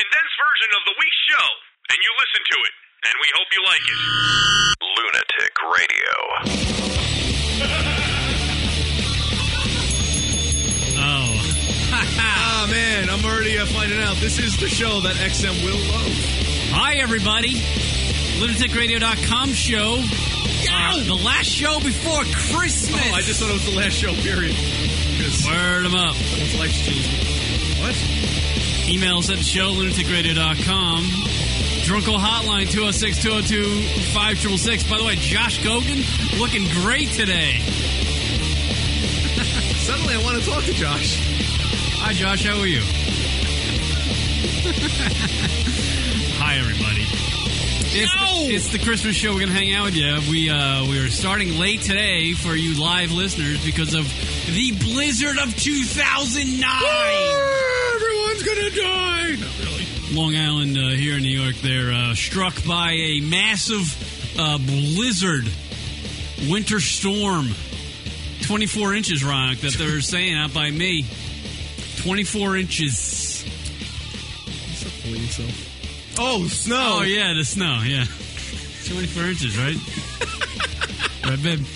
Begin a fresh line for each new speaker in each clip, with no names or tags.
President of the Week show, and you listen to it, and we hope you like it. Lunatic Radio.
Oh.
Ah, man, I'm already uh, finding out. This is the show that XM will love.
Hi, everybody. LunaticRadio.com show. Uh, the last show before Christmas.
Oh, I just thought it was the last show, period. Because
Word them up.
someone's life's changing. What?
Emails at the show, lunaticradio.com. Drunkle Hotline, 206 202 5666. By the way, Josh Gogan looking great today.
Suddenly I want to talk to Josh.
Hi, Josh. How are you? Hi, everybody. It's, the, it's the Christmas show. We're gonna hang out with you. We uh, we are starting late today for you live listeners because of the blizzard of 2009.
Ah, Everyone's going to die. Not really.
Long Island uh, here in New York, they're uh, struck by a massive uh, blizzard, winter storm, 24 inches, Rock, that they're saying out by me. 24 inches.
Stop fooling yourself. Oh, snow.
Oh yeah, the snow. Yeah, twenty-four inches, right? right, babe.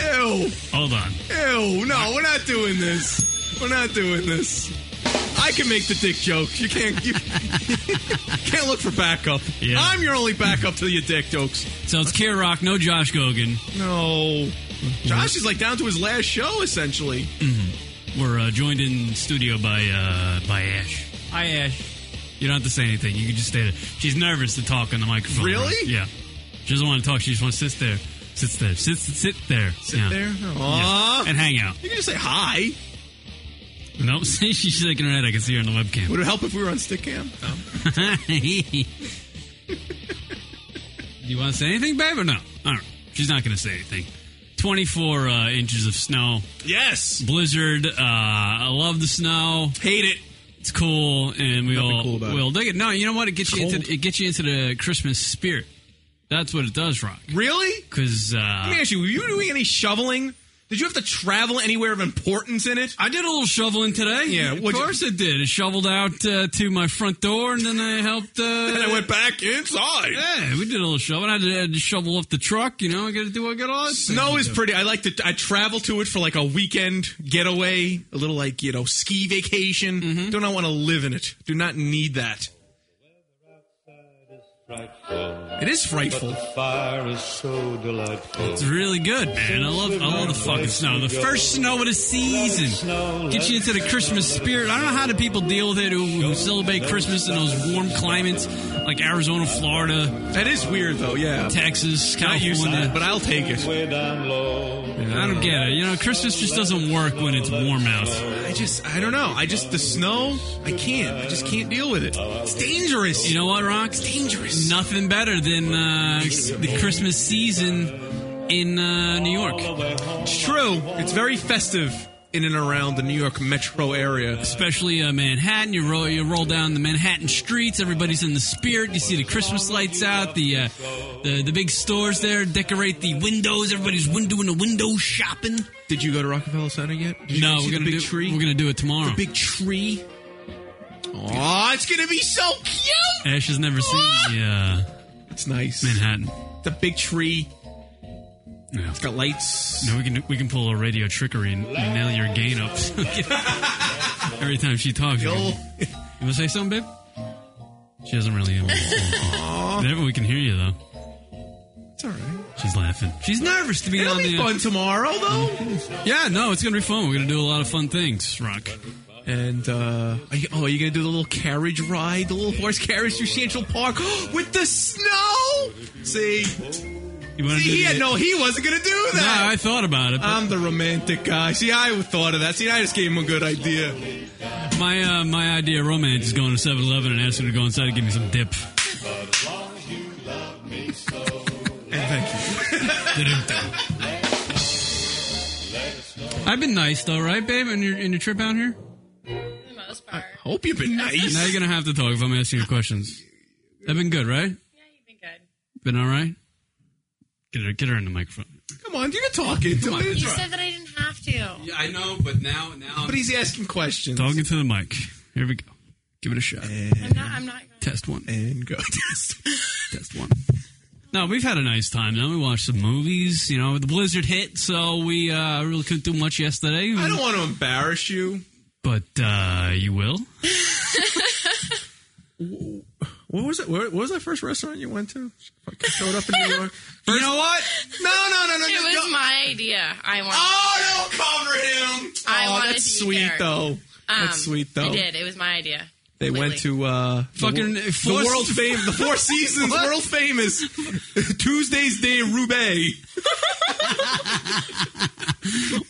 Ew.
Hold on.
Ew. No, we're not doing this. We're not doing this. I can make the dick joke. You can't. You can't look for backup.
Yeah.
I'm your only backup to your dick jokes.
So it's K Rock, no Josh Gogan.
No. Josh is like down to his last show essentially.
We're uh, joined in studio by uh, by Ash. Hi, Ash. You don't have to say anything. You can just stay there. She's nervous to talk on the microphone.
Really?
right? Yeah. She doesn't want to talk. She just wants to sit there, sits there, sit, sit there,
Sit
Yeah.
there.
Yeah.
Aw.
and hang out.
You can just say hi.
Nope. See, she's shaking her head. I can see her on the webcam.
Would it help if we were on stick cam? No.
Do you want to say anything, babe, or no? All right. She's not going to say anything. 24 uh, inches of snow.
Yes.
Blizzard. Uh, I love the snow.
Hate it.
It's cool, and we
Nothing
all
cool about
we'll dig it. No, you know what? It gets you
Cold.
into it gets you into the Christmas spirit. That's what it does, Rock.
Really?
Because
Let me
uh,
ask you. Were you doing any shoveling? Did you have to travel anywhere of importance in it?
I did a little shoveling today.
Yeah,
of
what'd you-
course I did. I shoveled out uh, to my front door, and then I helped. Uh,
And I went back inside.
Yeah, we did a little shoveling. I had to, I had to shovel up the truck. You know, I got to do. I got all that
Snow
thing.
is pretty. I like to. I travel to it for like a weekend getaway, a little like you know ski vacation. Do not want to live in it. Do not need that.
Frightful,
It is
but
frightful.
the fire is so delightful.
It's really good, man. I love I love the fucking snow. The first snow of the season gets you into the Christmas spirit. I don't know how do people deal with it who, who celebrate Christmas in those warm climates like Arizona, Florida,
That is weird though. Yeah,
Texas,
not used to it,
California.
but I'll take it.
Way down low.
I don't get it. You know, Christmas just doesn't work when it's warm out.
I just. I don't know. I just the snow. I can't. I just can't deal with it. It's dangerous.
You know what, Rocks? Dangerous. Nothing better than uh, the Christmas season in uh, New York,
It's true. It's very festive in and around the New York metro area.
especially uh, Manhattan. You roll you roll down the Manhattan streets. Everybody's in the spirit. You see the Christmas lights out. The uh, the the big stores there decorate the windows. Everybody's window in the window shopping.
Did you go to Rockefeller Center yet? Did you
No, we're
see the
gonna do
big tree.
we're gonna do it tomorrow.
big tree. Oh, it's gonna be so cute.
Ash has never seen the, uh,
It's nice.
Manhattan.
The big tree.
No.
It's got lights.
No, we can we can pull a radio trickery and, and nail your gain up. Every time she talks, you,
Yo.
can- you want to say something, babe? She doesn't really. There, we can hear you though.
It's all right.
She's laughing. She's nervous to be
It'll
on
be
the. uh,
fun tomorrow, though.
Yeah, no, it's gonna be fun. We're gonna do a lot of fun things, Rock.
And uh, are you, oh, are you gonna do the little carriage ride, the little horse carriage through Central Park with the snow? See, see,
You want
he had no, he wasn't gonna do
No,
that.
I thought about it. But
I'm the romantic guy. See, I thought of that. See, I just gave him a good idea.
my uh, my idea of romance is going to 7-Eleven and asking her to go inside and give me some dip.
And thank you.
I've been nice though, right, babe? In your in your trip out here.
For the most part.
Hope you've been
Now
nice.
you're gonna have to talk if I'm asking you questions. I've been good, right?
Yeah, you've been good.
Been all right. Get her, get her in the microphone.
Come on, you're talking. to
on.
him.
You said that I didn't have to.
Yeah, I know, but now, now
But he's asking questions.
talking to the mic. Here we go.
Give it a shot.
I'm not. I'm not. Going
Test one.
and go.
Test one. No, we've had a nice time. Now we watched some movies. You know, the blizzard hit, so we uh, really couldn't do much yesterday.
I don't want to embarrass you.
but uh, you will.
What was it? Where, what was that first restaurant you went to? Fucking showed up in New York. you know what? No, no, no, no.
It
no,
was
no.
my idea. I wanted.
Oh, don't cover him.
I
oh,
wanted
that's
to be
sweet
there.
though.
Um,
that's sweet though.
I did. It was my idea.
They went
completely.
to uh,
Fucking
the,
four-
the world fame, the Four Seasons, world famous Tuesdays de Roubaix.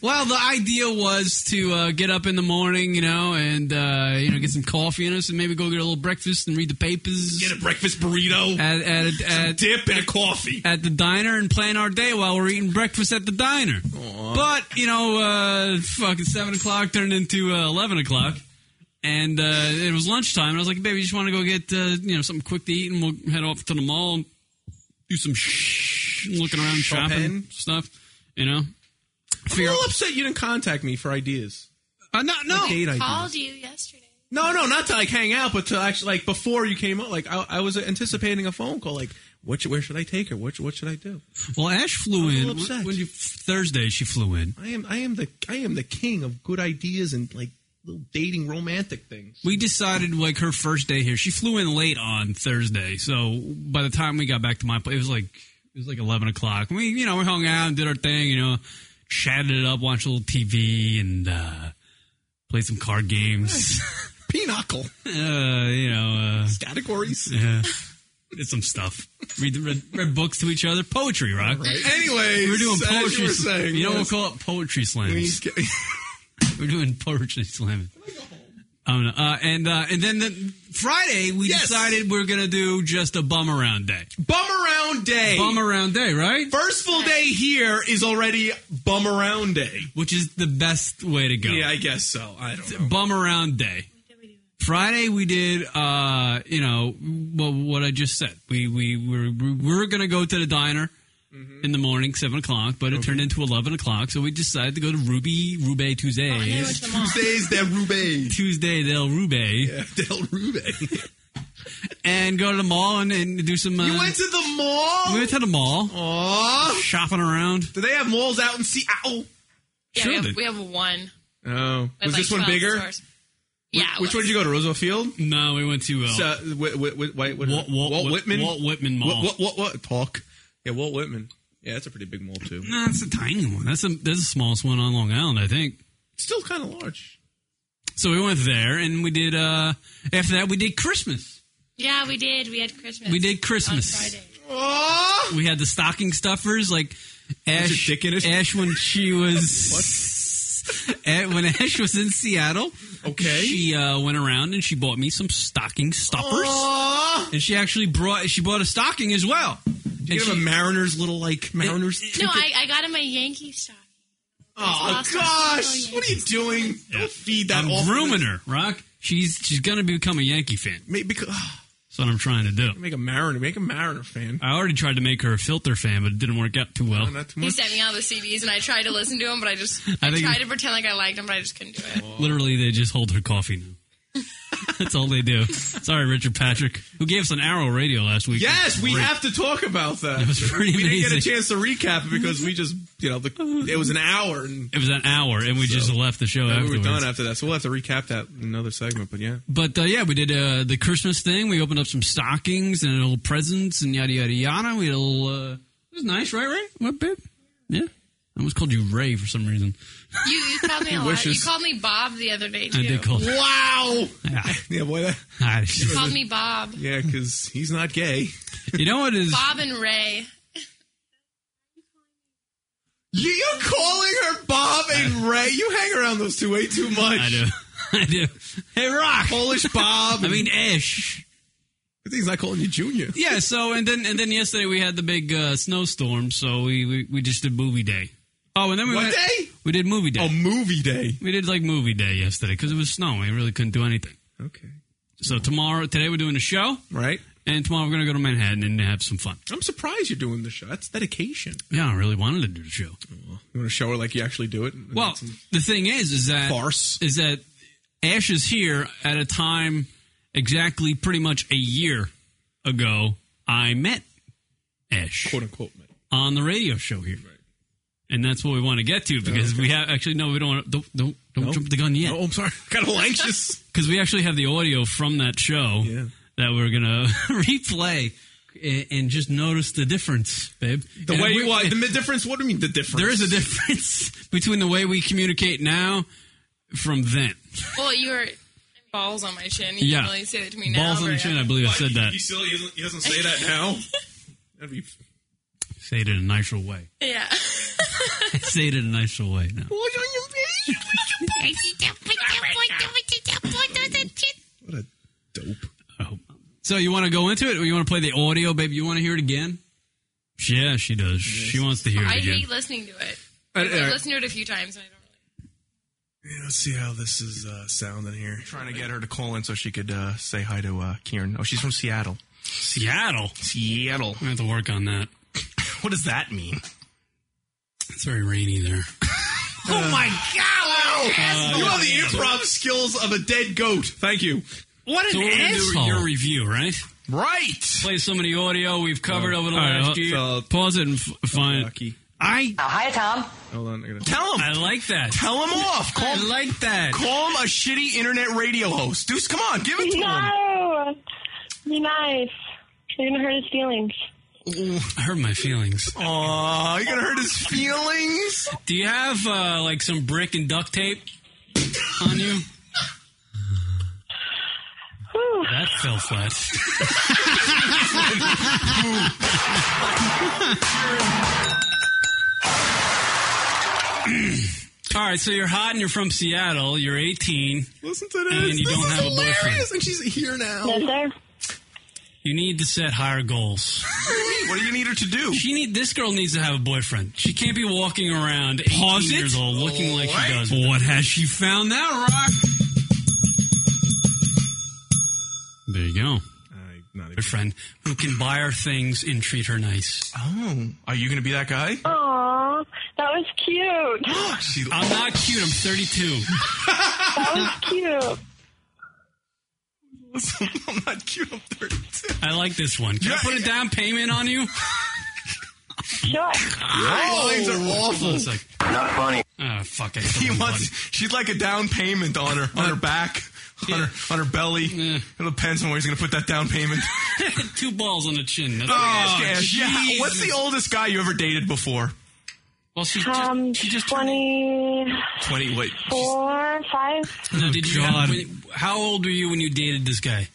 Well, the idea was to uh, get up in the morning, you know, and uh, you know, get some coffee in us, and maybe go get a little breakfast and read the papers
Get a breakfast burrito,
at at at,
dip, and a coffee.
at the diner and plan our day while we're eating breakfast at the diner. But you know, uh, fucking seven o'clock turned into uh, eleven o'clock, and uh, it was lunchtime. And I was like, "Baby, you just want to go get uh, you know something quick to eat, and we'll head off to the mall, and do some shh, looking around, shopping
Shopping.
stuff, you know."
I'm a little upset you didn't contact me for ideas.
Uh, no, no.
Date ideas.
Called you yesterday.
No, no, not to like hang out, but to actually like before you came up, like I, I was anticipating a phone call. Like, what? Should, where should I take her? What? sh- What should I do?
Well, Ash flew
I'm a
in
little upset.
when you Thursday. She flew in.
I am, I am the, I am the king of good ideas and like little dating romantic things.
We decided like her first day here. She flew in late on Thursday, so by the time we got back to my place, it was like it was like eleven o'clock. We you know we hung out and did our thing. You know, chatted it up, watched a little TV, and uh, played some card games.
Pinochle
uh, you know, uh,
categories.
yeah. did some stuff. Read, read read books to each other. Poetry, rock.
Anyways,
We were doing
as
poetry.
You were saying,
you know, we'll
yes,
call it poetry slams.
we-
We're doing poetry slamming. Um, uh, and uh, and then the, Friday we
Yes.
decided we're gonna do just a bum around day.
bum around day.
Bum around day, right?
First full day here is already bum around day.
Which is the best way to go.
Yeah, I guess so. I don't know.
Bum around day. Friday we did, uh, you know, well, what I just said. We we were we were gonna go to the diner
Mm-hmm.
in the morning, seven o'clock, but it turned into eleven o'clock. So we decided to go to Ruby Ruby
Oh, I knew it
Tuesdays.
was the mall.
Tuesdays de Roubaix.
Tuesday Del Ruby
Del Roubaix.
and go to the mall and, and do some. Uh,
You went to the mall.
we went to the mall.
Aw.
shopping around.
Do they have malls out in Seattle?
Yeah,
Sure
we, have,
did.
we have one.
Oh,
We have, like, 12 Stores. Yeah. it
Which one
was.
did you go to? Roosevelt Field?
No, we went to uh,
So, wh- wh- wh- wait, what-
Walt, Walt,
Walt Whitman.
Walt Whitman Mall.
What? What? What? What? Talk. Yeah, Walt Whitman. Yeah, that's a pretty big mall too.
No, that's a tiny one. That's a that's the smallest one on Long Island, I think.
It's still kind of large.
So we went there, and we did. uh After that, we did Christmas.
Yeah, we did. We had Christmas.
We did
on
Christmas.
Friday.
Oh,
We had the stocking stuffers, like Ash.
dick in it?
Ash when she was. What? When Ash was in Seattle,
Okay.
she uh, went around and she bought me some stocking stuffers,
Aw.
and she actually brought she bought a stocking as well.
You have a Mariners little like Mariners.
No,
ticket?
I, I got him a Yankee stock.
Oh
awesome.
gosh, what are you doing? Don't feed that.
I'm
awful-
grooming her, Rock. She's she's gonna become a Yankee fan.
Make, because, ah,
That's what I'm trying to do.
make a Mariner. Make a Mariner fan.
I already tried to make her a filter fan, but it didn't work out too well.
Oh, not too
He
much.
sent me all the CDs, and I tried to listen to him, but I just
I
I,
think-
tried to pretend like I liked him, but I just couldn't do it.
Literally, they just hold her coffee now. That's all they do. Sorry, Richard Patrick, who gave us an Arrow Radio last week.
Yes, we
Great.
have to talk about that.
was pretty
we didn't get a
amazing.
chance to recap it because we just, you know, the, it was an hour and
It was an hour, and we just left the show
we were
afterwards.
done after that. So we'll have to recap that in another segment. But yeah,
But uh, yeah, we did uh, the Christmas thing. We opened up some stockings and little presents and yada yada yada. We had a little. Uh, it was nice, right, Ray? What, babe? Yeah, I almost called you Ray for some reason.
You, you called me a lot.
wishes.
You called me Bob the other day too.
I did call.
wow.
Yeah.
Yeah, boy. That,
You called me Bob.
yeah, because he's not gay.
You know what is?
Bob and Ray.
You, you're calling her Bob and Ray. You hang around those two way too much.
I do. I do. Hey, Rock.
Polish Bob.
I mean, Ash.
he's not calling you Junior.
Yeah. So and then and then yesterday we had the big uh, snowstorm, so we, we we just did movie day. Oh, and then we
What
went,
day? Oh,
We did movie day.
A movie day.
We did like movie day yesterday because it was snowing. We really couldn't do anything.
Okay.
So tomorrow, today we're doing a show,
Right.
and tomorrow we're gonna go to Manhattan and have some fun.
I'm surprised you're doing the show. That's dedication.
Yeah, I really wanted to do the show.
You want to show her like you actually do it?
Well, the thing is, is that
farce.
is that Ash is here at a time exactly pretty much a year ago, I met Esh
quote unquote. Man.
on the radio show here. And that's what we want to get to because we have actually no, we don't want to, don't don't, don't
No?
jump the gun yet
Oh, I'm sorry. Got a little anxious.
because we actually have the audio from that show
Yeah.
that we're gonna replay and, and just notice the difference, babe.
The
And
way
we-
you are, the difference. What do you mean the difference?
there is a difference between the way we communicate now from then.
Well, you were balls on my chin. You
Yeah.
didn't really say that to me now.
Balls on the
but-
chin. I believe I said that.
He still he doesn't, he doesn't say that now. That'd be-
Say it in a nicer way.
Yeah.
Say it in a nicer way. Now.
what a dope. Uh,
So you want to go into it, or you want to play the audio, babe? You want to hear it again? Yeah, she does. She wants to hear it
I
again.
hate listening to it.
Uh,
I've
uh,
listened to it a few times and I don't really.
Yeah, let's see how this is uh, sounding here. Trying to get her to call in so she could uh, say hi to uh, Kieran. Oh, she's from Seattle.
Seattle.
Seattle.
I have to work on that.
What does that mean?
It's very rainy there.
oh my god! you have the improv skills of a dead goat. Thank you.
What an so we're gonna do
asshole.
Your review, right? Oh.
Right.
Play some of the audio we've covered over the
all right,
last
I'll-
year.
so-
Pause it and f- find. I
hi, Tom.
Hold on. I gotta... Tell him.
I like that.
Tell him off. Call,
I like that.
call him a shitty internet radio host. Deuce, come on, give it to
No! Be nice. You're going to hurt his feelings.
him.
I hurt my feelings.
Aw, you're gonna hurt his feelings.
Do you have uh, like some brick and duct tape on you?
Whew.
That fell flat. All right, so you're hot and you're from Seattle. You're 18.
Listen to
And you don't have a boyfriend.
and she's here now.
Yes, sir.
You need to set higher goals.
What do you need her to do?
She need this girl needs to have a boyfriend. She can't be walking around 18
Pause it.
years old looking like
What?
she does. What has she found now, Rock? There you go,
not even.
good friend who can buy her things and treat her nice.
Oh, are you gonna be that guy?
Aw, that was cute.
Oh,
She,
I'm not cute. I'm 32.
That was cute.
I'm not cute. I'm 32.
I like this one. Can I
Yeah.
put a down payment on you?
Sure.
Oh.
lines are awful.
It's like not funny. Oh fuck! I
He
told
wants.
him,
She'd like a down payment on her, on her back, on her, on her belly.
Yeah.
It depends on where he's gonna put that down payment.
buddy. two balls on the chin.
Oh.
That's
Ask Ash. Yeah.
Jesus.
What's the oldest guy you ever dated before?
Well, she just,
Um,
she just turned
24,
Twenty. Wait.
5,
No, did you?
God.
when- how old were you when you dated this guy?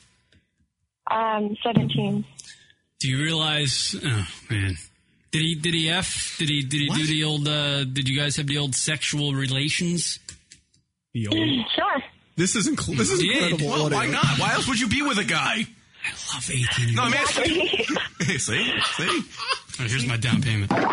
um, 17.
Do you realize? Oh man, did he? Did he f? Did he? Did he do the old? uh Did you guys have the old sexual relations?
Sure.
This is incredible. This is
Yeah,
incredible. Well, why not? Why else would you be with a guy?
I love eighteen. Years.
No, I'm
old.
asking. see, see.
Oh, here's my down payment.
Oh,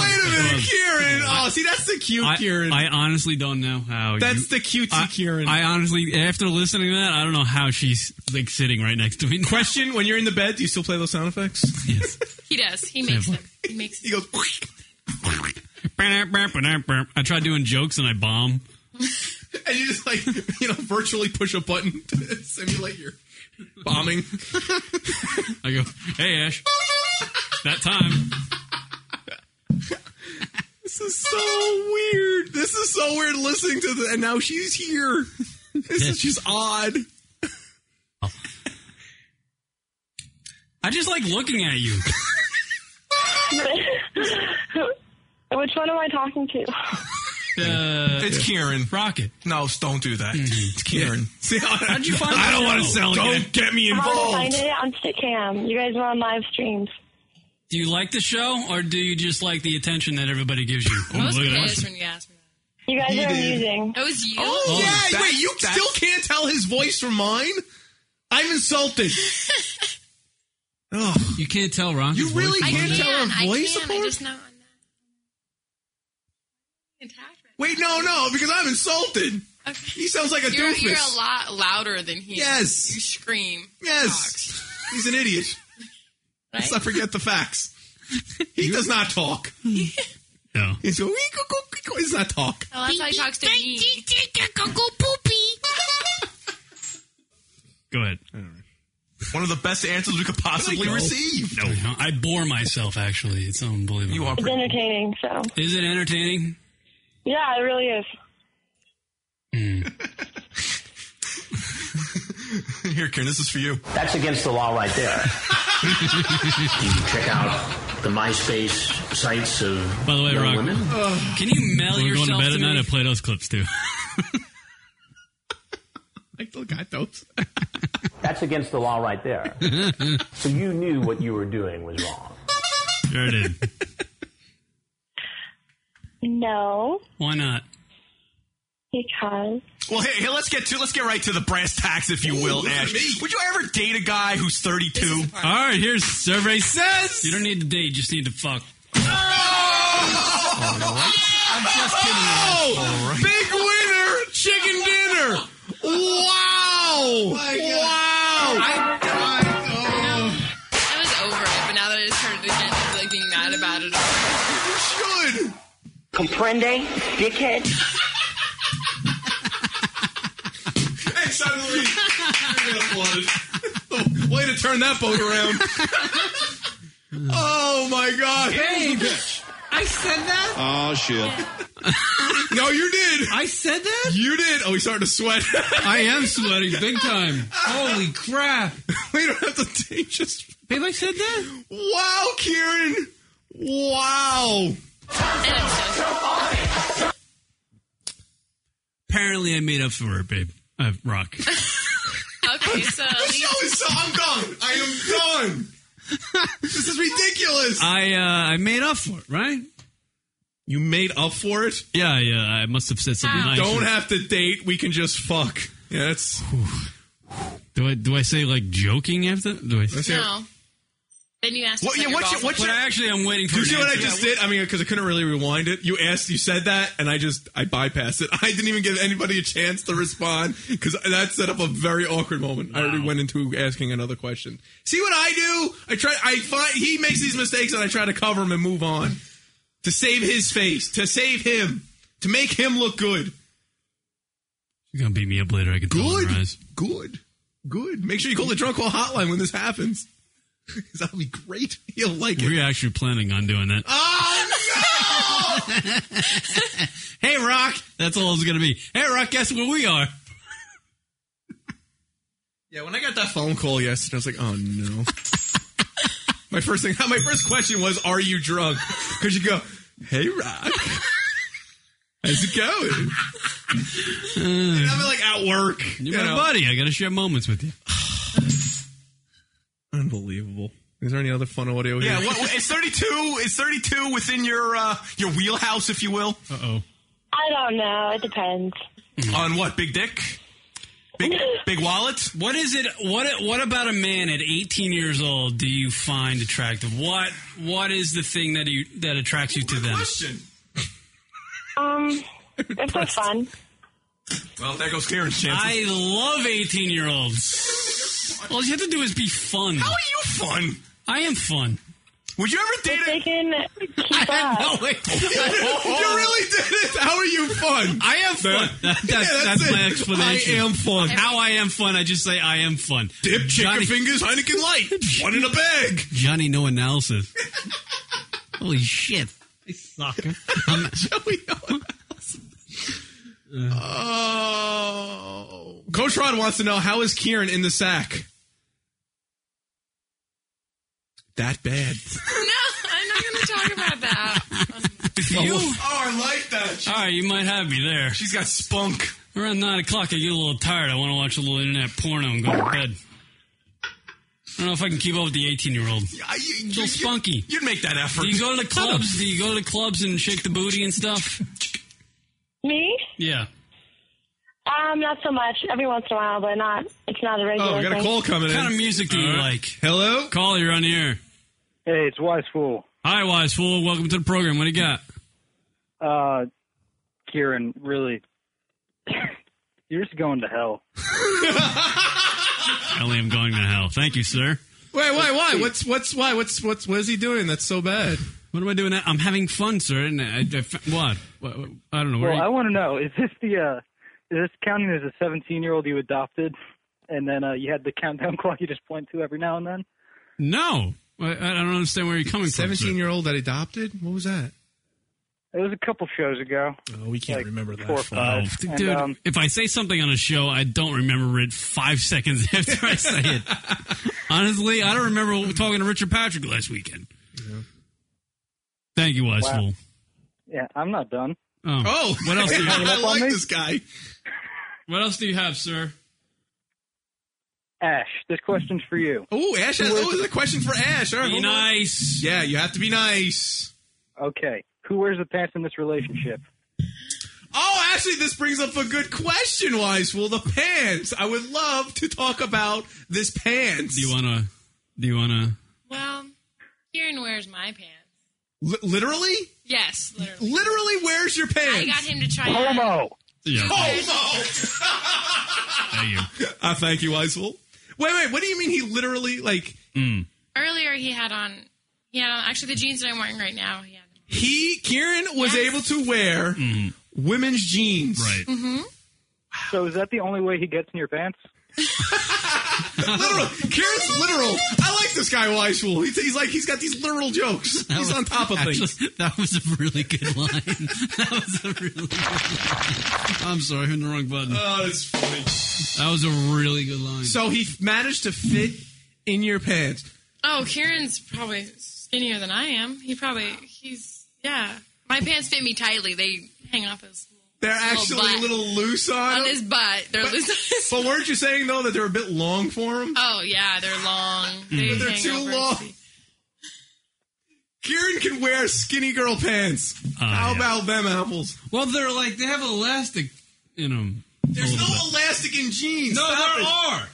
wait a minute, Kieran. Oh, see, that's the cute
I,
Kieran.
I honestly don't know how.
that's
you,
the cutesy
I,
Kieran.
I honestly, after listening to that, I don't know how she's like sitting right next to me.
Question: When you're in the bed, do you still play those sound effects?
Yes.
He does. He makes them. He makes
He
them.
goes.
I tried doing jokes and I bomb.
and you just like you know virtually push a button to simulate your bombing.
I go, hey Ash, that time.
This is so weird. This is so weird listening to the and now she's here. This is just odd.
I just like looking at you.
Which one am I talking to?
Uh,
It's Kieran.
rocket.
No, don't do that. It's Kieran. See, how'd
you find
I don't
that
want to
out?
sell
Don't
again. get me
How to find it on Sitcam. You guys were on live streams.
Do you like the show, or do you just like the attention that everybody gives you? Oh,
Most
look at
guys
us.
when you ask me that.
You guys
He
are
did.
amusing.
It was you?
Oh, yeah.
that-
Wait, you still can't tell his voice from mine? I'm insulted. Ugh.
You can't tell, Ron.
You
His voice
really
I can.
is weird.
can't tell her voice
I can.
apart?
I just not on that. Intact right
Wait, no, no, because I'm insulted.
now. Okay.
He sounds like a
You're,
doofus.
you're a lot louder than he is.
Yes.
You scream. Talks,
Yes. He's an idiot.
right?
Let's not forget the facts. He does not talk.
No.
He's go, "Wee, go,
Oh,
go, go, go." He does not talk.
Well, that's how he talks to me.
Go ahead.
One of the best answers we could possibly
No.
receive.
No, I bore myself. Actually, it's unbelievable.
You are
It's entertaining, so.
Is it entertaining?
Yeah, it really is.
here, Karen. This is for you.
That's against the law right there. you can check out the MySpace sites of
By the way,
young
Rock,
women.
can you mail
We're
yourself
going to bed
to
at night.
me?
I play those clips too.
I still got those.
That's against the law right there. so you knew what you were doing was wrong.
Sure did.
No,
Why not?
because
Well, hey, hey, let's get to let's get right to the brass tacks, if you will, Ash. Would you ever date a guy who's 32?
All right, here's survey says.
You don't need to date. You just need to fuck.
I'm just kidding.
Oh, Big winner, chicken dinner. Wow! Wow! I,
I was over it, but now that I just heard it again, I'm like being mad about it.
I, oh, you should.
Comprende, dickhead?
Hey, suddenly, you're gonna flood it. Way to turn that boat around. oh my God! Hey, bitch!
I said that.
Uh,
Oh, shit.
No, you did.
I said that.
You did. Oh, he's starting to sweat.
I am sweating big time. Holy crap!
we don't have to take just.
Babe, I said that.
Wow, Kieran! Wow!
And I'm so sorry.
Apparently, I made up for it, babe. Uh, rock.
Okay, so at
This
least
show is so. I'm done. I am done. this is ridiculous.
I uh, I made up for it, right?
you made up for it.
Yeah, yeah. I must have said
Ah.
something
Ow.
nice.
Don't have to date. We can just fuck. Yeah, that's.
do I do I say like joking after? Do I?
that's it.
no. Then you asked.
What-
us
yeah,
what your
what's your-
balls
what's
were.
But I actually, I'm waiting for.
Do you
an
see what I
answer.
just did? I mean, because I couldn't really rewind it. You asked, you said that, and I just I bypassed it. I didn't even give anybody a chance to respond because that set up a very awkward moment. I already went into asking another question. See what I do? I try. I find he makes these mistakes, and I try to cover him and move on to save his face, to save him, to make him look good.
You're gonna beat me up later. I can tell in
Good,
your eyes.
good, good. Make sure you call the drunk call hotline when this happens. 'Cause That'll be great. He'll like it. Ah,
We're actually planning on doing that.
Uh, Oh no!
Hey, Rock. That's all it's gonna be. Hey, Rock. Guess where we are?
Yeah, when I got that phone call yesterday, I was like, "Oh no!" my first thing, my first question was, "Are you drunk?" Because you go, "Hey, Rock, how's it going?" and I'm like at work, you
You're my
know.
buddy. I gotta share moments with you.
Unbelievable. Is there any other fun audio? Here?
Yeah, what, what- is 32 is 32 within your uh, your wheelhouse, if you will?
Uh oh.
I don't know. It depends.
On what? Big dick, big big wallet.
What is it? What What about a man at 18 years old do you find attractive? What What is the thing that you that attracts you to them?
Question.
Um, if they're fun,
Well, there goes Karen's chances.
I love 18 year olds. All you have to do is be fun.
How are you fun?
I am fun.
Would you ever date
if
a?
they can keep up.
No, wait.
you really did it. How are you fun?
I am fun. That- that's
Yeah,
that's,
that's
my
it.
explanation.
I am
fun. How I am fun, I just say I am fun.
Dip, chicken
Johnny,
fingers, Heineken light, one in a bag.
Johnny, no analysis. Holy shit. I suck. I'm-
Oh, Coach Rod wants to know how is Kieran in the sack? That bad.
No, I'm not going to talk about that.
you?
I like that.
All right, you might have me there.
She's got spunk.
Around nine o'clock, I get a little tired. I want to watch a little internet porno and go to bed. I don't know if I can keep up with the eighteen-year-old. It's
I, you,
a little spunky.
would make that effort.
Do you go to the clubs? Do you go to the clubs and shake the booty and stuff?
Me?
Yeah.
Um, not so much. Every once in a while, but not. It's not a regular
Oh, we got a
thing.
call coming
What kind of
in.
music do you like?
Hello?
Call, you're on the air.
Hey, it's Wise Fool.
Hi, wise fool. Welcome to the program. What do you got?
Uh, Kieran, really, you're just going to hell.
Ellie, I'm going to hell. Thank you, sir.
Wait, wait, why? What's what's why? What's what's what is he doing? That's so bad.
What am I doing? Now? I'm having fun, sir. And I, I- what? What- what? I don't know. Where
well,
are
I
you?
want to know: is this the uh, is this counting as a 17 year old you adopted and then uh, you had the countdown clock you just point to every now and then.
No, I, I don't understand where you're coming from. sir.
Seventeen-year-old that adopted. What was that?
It was a couple shows ago.
Oh, we can't remember that.
four or five.
Oh,
And,
dude,
um,
if I say something on a show, I don't remember it five seconds after I say it. Honestly, I don't remember talking to Richard Patrick last weekend. Thank you, Wise
Wow.
Fool.
Yeah, I'm not done.
Oh,
Oh,
what else? Do you
I
have?
up on
like
me?
this guy.
What else do you have, sir?
Ash, this question's for you.
Oh, Ash has. Oh, there's a question for Ash. All right,
Be
hold on.
nice.
Yeah, you have to be nice.
Okay, who wears the pants in this relationship?
Oh, actually, this brings up a good question, Wise. Well, the pants. I would love to talk about this pants.
Do you wanna? Do you wanna?
Well, Kieran wears my pants.
Li- literally?
Yes, literally.
Literally, where's your pants?
I got him to try. it out.
Homo.
Yeah,
Homo!
thank you.
I Uh, thank you, Weisel. Wait, wait, what do you mean he literally, like,
Earlier, he had on. He had on actually the jeans that I'm wearing right now. He had them.
he, Kieran, was
Yes.
able to wear women's jeans.
Right.
So is that the only way he gets in your pants?
Literal. Kieran's literal. I like this guy, Weisel. He's, he's like, he's got these literal jokes. He's on top of things.
Actually, that was a really good line. that was a really good line. I'm sorry, I hit the wrong button.
Oh, that's funny.
That was a really good line.
So he f- managed to fit in your pants.
Oh, Kieran's probably skinnier than I am. He probably he's yeah. My pants fit me tightly. They hang off his
They're
Little
actually a
butt.
little loose on,
Oh, on
him.
his butt. They're
But-
loose. on his-
But weren't you saying though that they're a bit long for him?
Oh yeah, they're long. They
Mm. But they're
hang
too
over his
long.
feet.
Kieran can wear skinny girl pants.
Oh,
How
yeah.
about them apples?
well, they're like they have elastic in them.
There's no elastic in jeans.
No,
Stop
there
it.
are.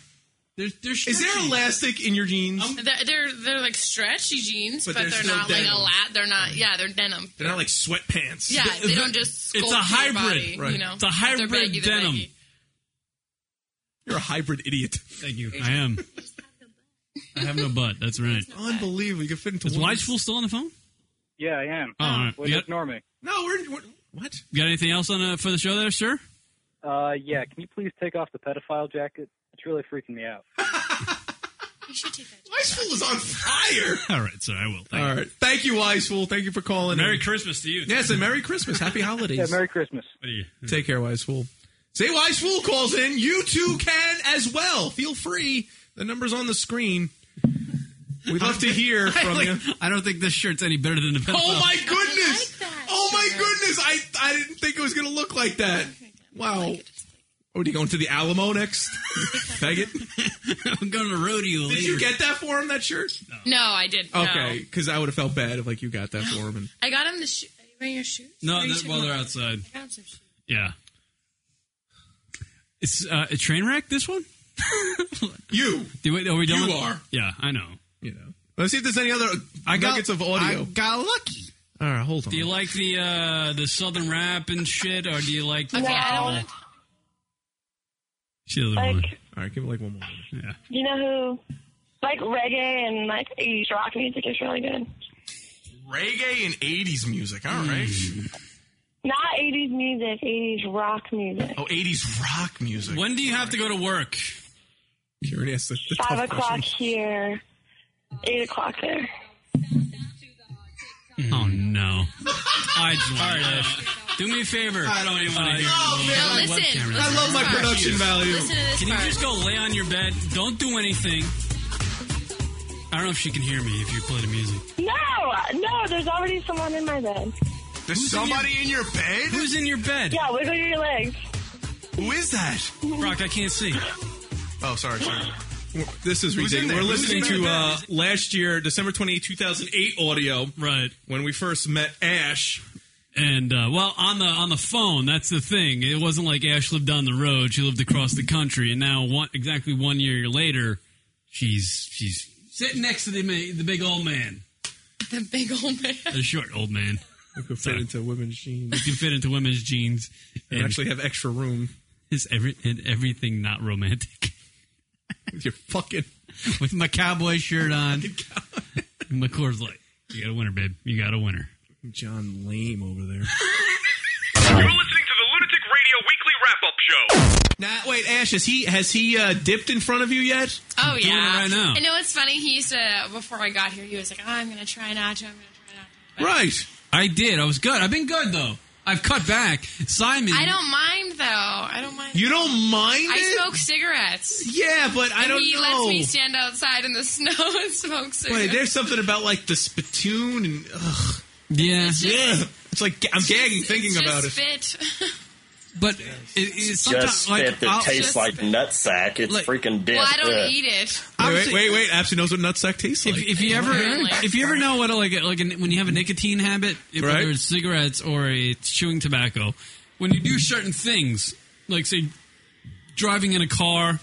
There's, there's
Is there elastic in your jeans?
They're, they're they're like stretchy jeans,
But
but,
they're
they're,
still
not like
denim.
a lat. They're not. Yeah, they're denim.
they're not like sweatpants.
Yeah,
the-
they don't just.
it's a
sculpt your
hybrid,
body,
right.
You know,
It's a
If they're
hybrid
baggy, they're
denim.
baggy.
You're a hybrid idiot.
Thank you. I am. I have no butt. That's right.
Unbelievable. You can fit into
Is
one-
Weisfool still on the phone?
Yeah, I am.
Oh, all right.
Well,
Yeah.
ignore me.
No, we're, we're what?
You got anything else on uh, for the show there, sir?
Uh, yeah, can you please take off the pedophile jacket? It's really freaking me out.
You should take that.
Weisfool is on fire.
All right, sir. I will. Thank
All right. Thank you, Weisfool. Thank you for calling.
Merry
in.
Christmas to you.
Yes, and Merry Christmas. Happy holidays.
Yeah, Merry Christmas.
Take care, Wise Fool. Say Wise Fool calls in. You too can as well. Feel free. The number's on the screen. We'd love to hear from you.
I don't think this shirt's any better than the pedophile.
Oh my goodness!
like that
oh my
shirt.
goodness! I I didn't think it was gonna look like that. Wow. Oh, are you going to the Alamo next? Faggot.
I'm going to rodeo later.
Did you get that for him? That shirt?
No, I did. not
Okay, because I would have felt bad if like you got that for him. And
I got him the shoe. Are you wearing your shoes?
no,
Or you
that,
took
well,
them
they're
off?
outside.
I got him some shoes.
Yeah. It's uh, a train wreck, this one?
you,
Do we, are we done
You
with-
are.
Yeah, I know.
you know. Let's see if there's any other nuggets of audio.
got lucky.
All right, hold on.
Do you like the uh, the southern rap and shit, or do you like the
Okay, I don't
wall?
want to.
She doesn't
Like,
want it.
All right, give me like one more. minute.
Yeah.
you know who? Like reggae and like 80s rock music is really good.
Reggae and 80s music. All right.
Mm.
Not 80s music, 80s rock music.
Oh, 80s rock music.
When do you have to go to work?
Kieran asked the, the
Five
tough
o'clock
question.
here, eight o'clock there.
Oh no! I do me a favor. Uh, I don't even want to hear.
No, listen, listen.
I love my production value.
Listen to this
Can you
part.
just go lay on your bed? Don't do anything. I don't know if she can hear me if you play the music.
No, no, there's already someone in my bed.
There's somebody in your bed?
Who's in your bed,
Yeah, wiggle your legs.
Who is that?
Brock? I can't see.
Oh, sorry, sorry.
This is
Who's in
ridiculous.
there?
We're
Who's
listening
in
to
there?
uh, last year, December twenty eighth, 2008 audio
Right.
when we first met Ash.
And uh, well, on the on the phone, that's the thing. It wasn't like Ash lived down the road; she lived across the country. And now, one, exactly one year later, she's she's sitting next to the ma- the big old man,
the big old man.
the short old man.
We could fit into women's jeans
You can fit into women's jeans
and
and
actually have extra room
is every and everything not romantic
with your fucking.
with my cowboy shirt on. and my Coors Light. You got a winner, babe. You got a winner.
John Lame over there.
You're listening to the Lunatic Radio Weekly Wrap Up Show.
Nah, wait, Ash, is he has he uh, dipped in front of you yet?
Oh
Doing it
yeah,
right now.
And know what's funny? He used to before I got here. He was like, oh, "I'm gonna try nacho. I'm gonna
Right. I did. I was good. I've been good though. I've cut back. Simon,
I don't mind though. I don't mind.
You don't mind
I
it?
smoke cigarettes.
Yeah, but I
And
don't
he
know.
lets me stand outside in the snow and smoke cigarettes.
Wait, there's something about like the spittoon and ugh.
Yeah,
It's just-
yeah. It's like I'm gagging thinking
Just
about it.
spit.
But it, it's
Just
sometimes like
spit that
I'll-
tastes like nutsack. It's
Like-
freaking death.
well, I don't
Ugh.
eat it.
Wait, wait, wait, wait. Absolutely knows what nutsack tastes like.
If you ever, if you ever know what a- like a- like a, when you have a nicotine habit, if-
Right.
whether it's cigarettes or it's chewing tobacco, when you do certain things, like say driving in a car,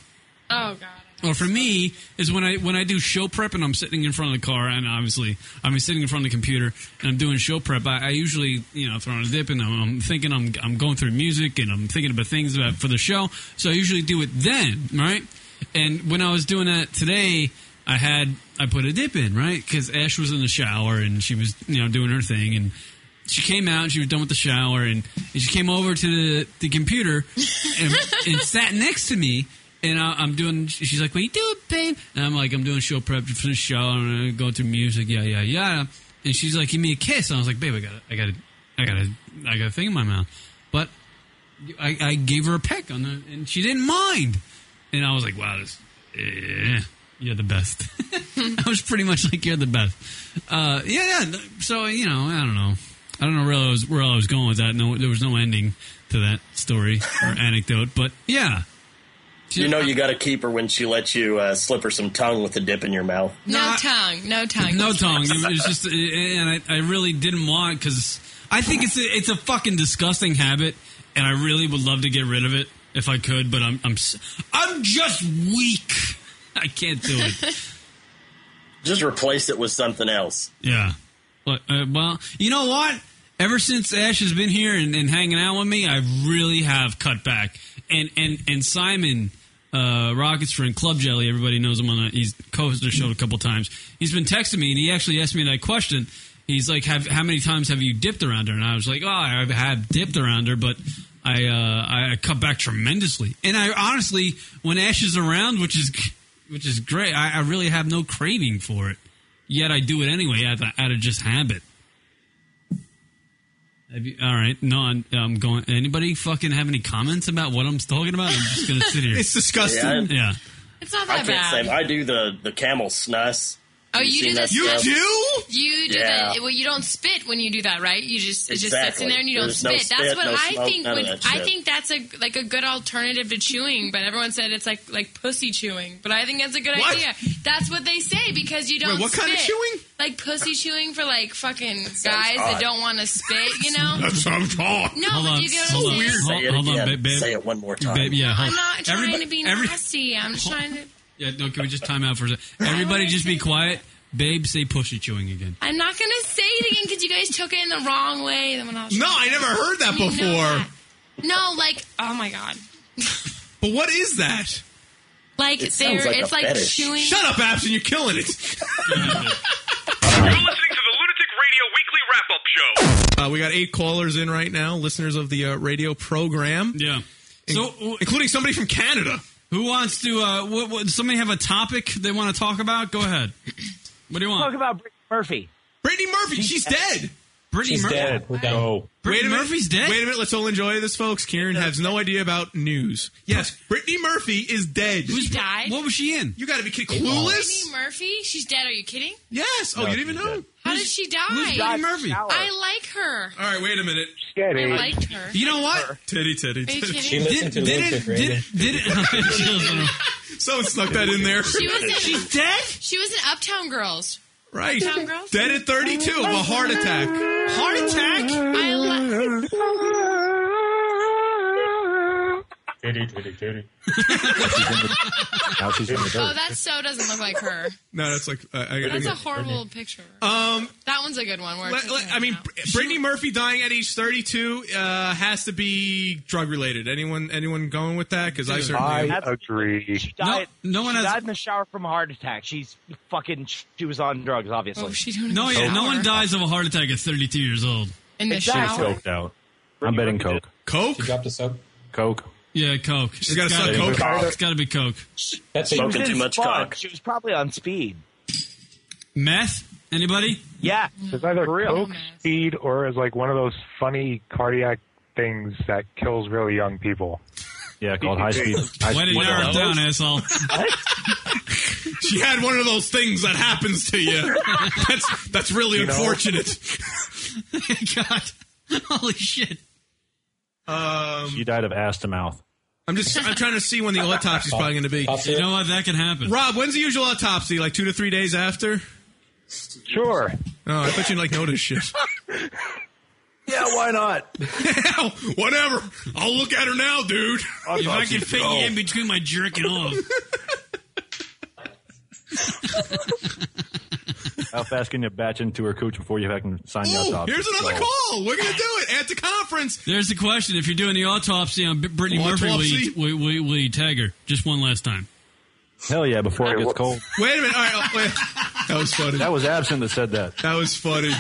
Oh god.
or for me is when I when I do show prep and I'm sitting in front of the car, and obviously I'm sitting in front of the computer and I'm doing show prep. I, I usually you know throw on a dip and I'm, I'm thinking I'm I'm going through music and I'm thinking about things about for the show. So I usually do it then, right? And when I was doing that today, I had I put a dip in, right? Because Ash was in the shower and she was you know doing her thing and. She came out. and She was done with the shower, and, and she came over to the, the computer and, and sat next to me. And I, I'm doing. She's like, "What you doing, babe?" And I'm like, "I'm doing show prep for the show. I'm going through music, yeah, yeah, yeah." And she's like, "Give me a kiss." And I was like, "Babe, I got, to I got, to I got, to I got a thing in my mouth." But I, I gave her a peck on the, and she didn't mind. And I was like, "Wow, this, eh, you're the best." I was pretty much like, "You're the best." Uh, yeah, yeah. So you know, I don't know. I don't know where I was, where I was going with that. No, there was no ending to that story or anecdote. But yeah,
You know you got to keep her when she lets you uh, slip her some tongue with a dip in your mouth.
No tongue. No tongue.
No tongue. It was just, and I, I really didn't want because I think it's a, it's a fucking disgusting habit, and I really would love to get rid of it if I could, but I'm I'm s- I'm just weak. I can't do it.
Just replace it with something else.
yeah. But, uh, well, you know what? Ever since Ash has been here and, and hanging out with me, I really have cut back. And and and Simon. Uh, Rockets friend Club Jelly, everybody knows him on. A, he's co-hosted the show a couple times. He's been texting me, and he actually asked me that question. He's like, "Have how many times have you dipped around her?" And I was like, "Oh, I have dipped around her, but I uh, I- I cut back tremendously." And I honestly, when Ash is around, which is which is great, I, I really have no craving for it. Yet I do it anyway out of, out of just habit. Have you, all right, no, I'm, I'm going. Anybody fucking have any comments about what I'm talking about? I'm just gonna sit here.
It's disgusting. Yeah, I-
yeah.
It's not
I
that bad.
can't say I do the the camel snus.
Oh, you, do
seen
this.
that stuff?
You do
Yeah.
that. Well, you don't spit when you do that, right? You just it just sits in
Exactly.
there and you don't
There's
spit.
no
that's
spit,
what
no
I
smoke,
think.
none of
Would,
that
I
shit.
think that's a like a good alternative to chewing, but everyone said it's like like pussy chewing. But I think that's a good
What?
idea. That's what they say because you don't.
what
spit.
kind of chewing?
Like pussy chewing for like fucking guys
odd.
that don't want to spit. You know.
sounds hot.
No, but you get what I'm
hold
saying?
on, hold,
Say it
hold on,
again.
babe, babe.
Say it one more time.
Babe, yeah, hold-
I'm not trying
everybody-
to be
every-
nasty. I'm just trying to.
yeah, no, can we just time out for a second? Everybody, just be quiet. Babe, say pussy chewing again.
I'm not gonna say it again because you guys took it in the wrong way. Then when I was
No, I never heard that
You know
before.
that. No, like oh my god,
But what is that?
like
It
they're
sounds like
it's
a
like
fetish.
chewing.
Shut up, Abson. You're killing it. Uh, we got eight callers in right now, listeners of the uh, radio program.
Yeah.
So, including somebody from Canada.
Who wants to? Uh, what, what, does somebody have a topic they want to talk about? Go ahead. What do you want? Talk
about Brittany Murphy.
Brittany Murphy, she's dead.
Brittany Murphy.
No.
Brittany Murphy's dead?
Wait a minute. Let's all enjoy this, folks. Kieran has no idea about news. Yes, Brittany Murphy is dead.
She died?
What was she in?
You got to be kidding. Clueless?
Brittany Murphy, she's dead. Are you kidding?
Yes. Oh, you didn't even know?
How did she die?
who's Brittany Murphy?
I like her.
All right, wait a minute.
I liked her.
You know what?
Titty, titty,
Are you
titty.
kidding? She listened
to Lunatic Radio. Did it?
Someone snuck that in there.
She was in,
dead.
She was in Uptown Girls.
Right.
Uptown Girls.
Dead at 32 of a heart attack.
Heart attack?
I like.
Titty, titty, titty. Now she's in the
Oh, that so doesn't look like her.
No, that's like uh, I,
That's
I,
a horrible picture.
Um,
That one's a good one. Where it's
let- let- I mean, Br- Brittany Murphy dying at age 32 uh, has to be drug related. Anyone, anyone going with that? Because I certainly
I
agree.
Died,
no, one
she
has-
died in the shower from a heart attack. She's fucking. She was on drugs, obviously.
Oh,
What was Oh, she doing in
No,
the
yeah,
shower?
no one dies of a heart attack at 32 years old.
In
the Exactly. shower?
out. I'm betting Coke.
Coke?
She dropped a soap. Coke.
Yeah, coke.
She's gotta sell
be
coke.
It's got to be coke.
That's She was in fun. She was probably on speed.
Meth? Anybody?
Yeah.
It's either coke, speed, or is like one of those funny cardiac things that kills really young people.
Yeah, called high speed. High
Way to
speed.
narrow it down, asshole.
She had one of those things that happens to you. That's that's really
You know?
unfortunate.
God. Holy shit.
Um,
she died of ass to mouth.
I'm just I'm trying to see when the autopsy's probably going to be.
You know what? That can happen.
Rob, when's the usual autopsy? Like two to three days after?
Sure.
Oh, I bet you like notice shit.
Yeah, why not?
Whatever. I'll look at her now, dude.
if I can fit you in between my jerking off.
How fast can you batch into her cooch before you can sign the autopsy?
Here's another call. We're going to do it at the conference.
There's the question. If you're doing the autopsy on B- Brittany
Autopsy?
Murphy, will you, will, you, will you tag her? Just one last time.
Hell yeah! Before it gets cold.
Wait a minute. All right. oh, Wait. That was funny.
That was absent that said that.
That was funny.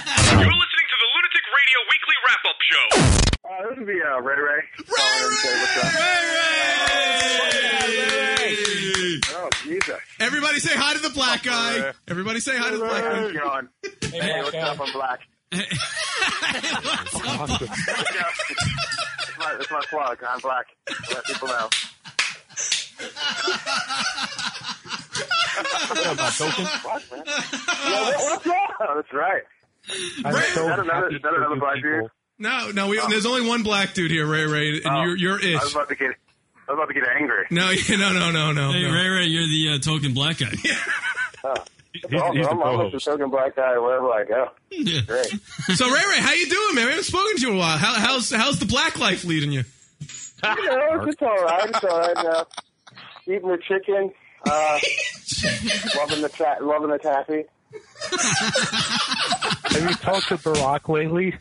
Uh, this would be uh, Ray Ray. Ray Ray! Ray Ray! Oh, Jesus.
Everybody say hi to the black guy. Everybody say hi to the black guy.
John. Hey, what's up? I'm black. It's my, it's my plug. I'm black. Let people know. What, man? Yeah, what- what's wrong? That's right.
I'm
Is
so
that another,
happy
is that another
for
black
you
dude?
No, no. We, There's only one black dude here, Ray Ray, and
Oh,
you're you're
I was
ish.
about to get, I was about to get angry.
No, yeah, no, no, no, no.
hey,
no.
Ray Ray, you're the uh, token black guy.
I'm, Oh, I'm almost a token black guy wherever I go. Great.
So Ray Ray, how you doing, man? We haven't spoken to you in a while. How, how's how's the black life leading you?
You know, Oh, it's, it's all right. It's all right. Uh, eating the chicken, uh, loving the ta- loving the taffy.
Have you talked to Barack lately?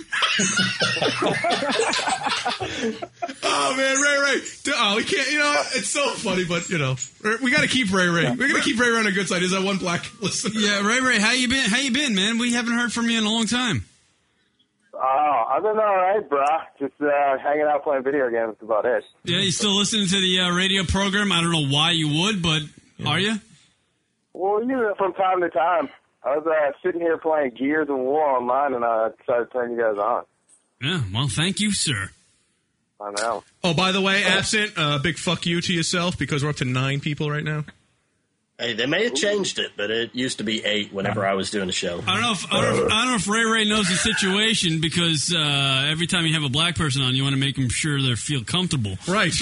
Oh man, Ray Ray. D- Oh, we can't. You know, it's so funny, but you know, we got to keep Ray Ray. We're gonna keep Ray Ray on a good side. Is that one black listener?
Yeah, Ray Ray, how you been? How you been, man? We haven't heard from you in a long time.
Oh, I've been all right, bruh. Just uh, hanging out playing video games. That's about it.
Yeah, you still listening to the uh, radio program? I don't know why you would, but are you?
Well, you know, from time to time, I was uh, sitting here playing Gears of War online, and I decided to turn you guys on.
Yeah. Well, thank you, sir.
I know.
Oh, by the way, absent. Uh, big fuck you to yourself because we're up to nine people right now.
Hey, they may have changed it, but it used to be eight whenever I was doing the show.
I don't know if I don't, know if- I don't know if Ray Ray knows the situation because uh, every time you have a black person on, you want to make them sure they feel comfortable.
Right.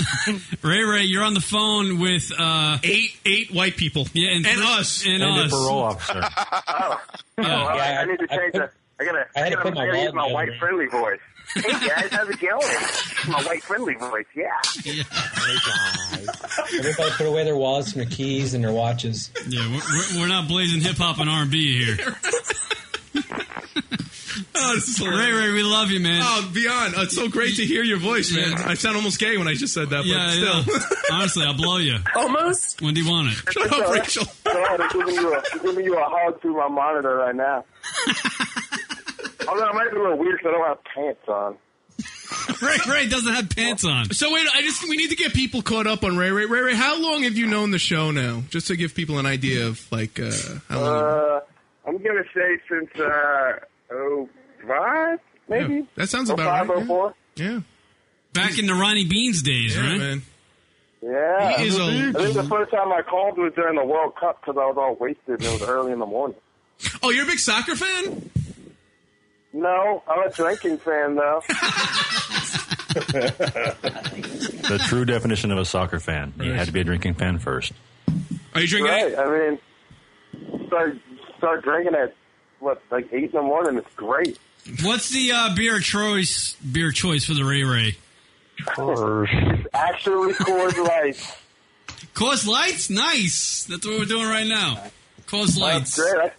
Ray Ray, you're on the phone with uh,
eight eight white people.
Yeah, and,
And
three-
us.
and,
And a
us.
parole officer.
Oh, I, I need to change that. I gotta, I,
had to
gotta,
put my
I gotta use
wallet
my
down
white
there.
friendly voice. Hey guys, how's it going? My white friendly voice, yeah.
Everybody put away their wallets and their keys and their watches.
Yeah, we're, we're- we're not blazing hip hop and R and B here.
Oh, this is
Ray Ray, we love you, man.
Oh, beyond. It's so great to hear your voice, man. I sound almost gay when I just said that,
yeah,
but still.
yeah. honestly, I'll blow you.
Almost.
When do you want it?
Shut up, Rachel.
God, I'm giving you a, I'm giving you a hug through my monitor right now. Although I might be a little weird 'cause I don't have pants on.
Ray Ray doesn't have pants on.
So wait, I just we need to get people caught up on Ray Ray. Ray Ray, how long have you known the show now? Just to give people an idea of like uh, how long.
Uh, I'm gonna say since uh, oh five, Oh, maybe.
Yeah, that sounds about right,
05,
yeah.
04.
Yeah.
Back in the Ronnie Beans days, right?
Yeah,
He is a-
I think the first time I called was during the World Cup because I was all wasted and it was early in the morning.
Oh, you're a big soccer fan?
No, I'm a drinking fan though.
The true definition of a soccer fan. You had to be a drinking fan first.
Are you drinking?
Right. I mean, start start drinking at what like eight in the morning. It's great.
What's the uh, beer choice? Beer choice for the Ray Ray?
It's actually Coors Light.
Cause lights, nice. That's what we're doing right now. Cause lights.
That's great. I,